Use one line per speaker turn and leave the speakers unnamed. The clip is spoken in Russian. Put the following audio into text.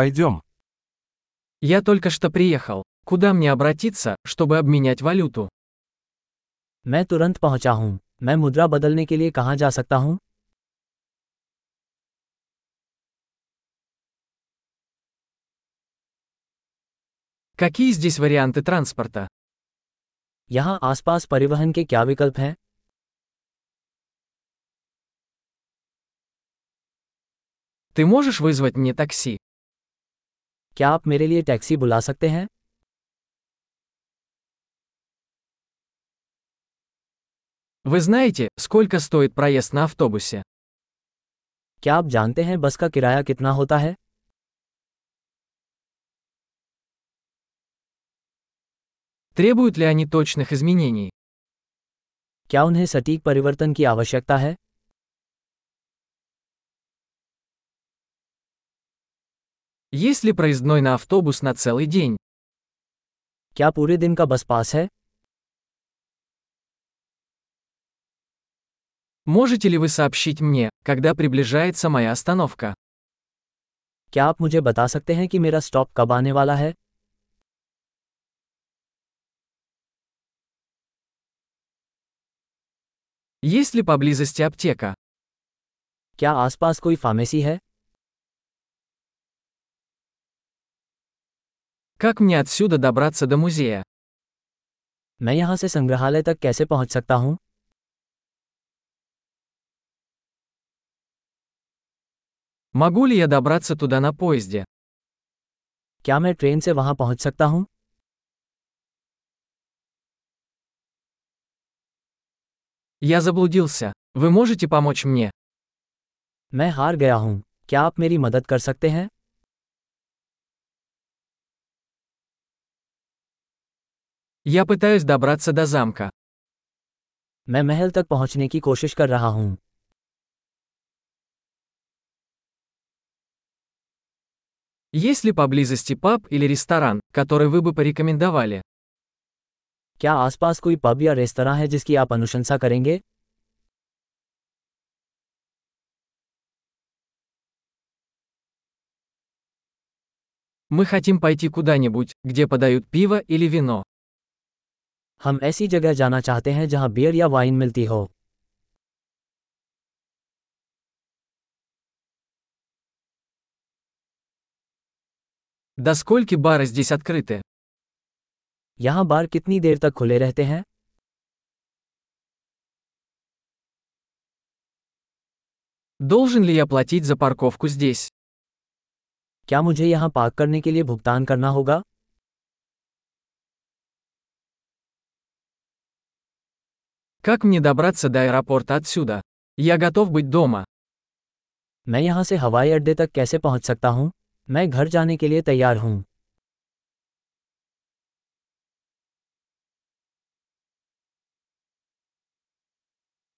Пойдем.
Я только что приехал. Куда мне обратиться, чтобы обменять валюту?
मैं तुरंत पहुंचा हूं मैं मुद्रा बदलने के लिए कहां जा सकता हूं
Какие здесь варианты транспорта?
यहां आसपास परिवहन के क्या विकल्प हैं
Ты можешь вызвать мне такси?
क्या आप मेरे लिए टैक्सी बुला सकते हैं
Вы знаете, сколько стоит проезд на автобусе?
क्या आप जानते हैं बस का किराया कितना होता है
Требуют ли они точных изменений?
क्या उन्हें सटीक परिवर्तन की आवश्यकता है
Есть ли проездной на автобус на целый день?
क्या पूरे दिन का बस पास है
Можете ли вы сообщить мне, когда приближается моя остановка?
क्या आप मुझे बता सकते हैं कि मेरा स्टॉप कब आने वाला है
Есть ли поблизости аптека?
क्या आसपास कोई फार्मेसी है
Как мне отсюда добраться до музея?
मैं यहां से संग्रहालय तक कैसे पहुंच सकता हूं
Могу ли я добраться туда на поезде?
क्या मैं ट्रेन से वहां पहुंच सकता हूं
Я заблудился. Вы можете помочь мне?
मैं हार गया हूं क्या आप मेरी मदद कर सकते हैं
Я пытаюсь добраться до замка.
मैं महल तक पहुंचने की कोशिश कर रहा हूं
Есть ли поблизости паб или ресторан, который вы бы порекомендовали?
क्या आसपास कोई पब या रेस्तरा है जिसकी आप अनुशंसा करेंगे
Мы хотим пойти куда-нибудь, где подают пиво или вино.
हम ऐसी जगह जाना चाहते हैं जहां बियर या वाइन मिलती हो
До скольки бары здесь открыты?
यहाँ बार कितनी देर तक खुले रहते हैं
Должен ли я платить за парковку здесь?
क्या मुझे यहाँ पार्क करने के लिए भुगतान करना होगा
Как мне добраться до аэропорта отсюда? Я готов быть дома.
मैं यहाँ से हवाई अड्डे तक कैसे पहुँच सकता हूँ मैं घर जाने के लिए तैयार हूँ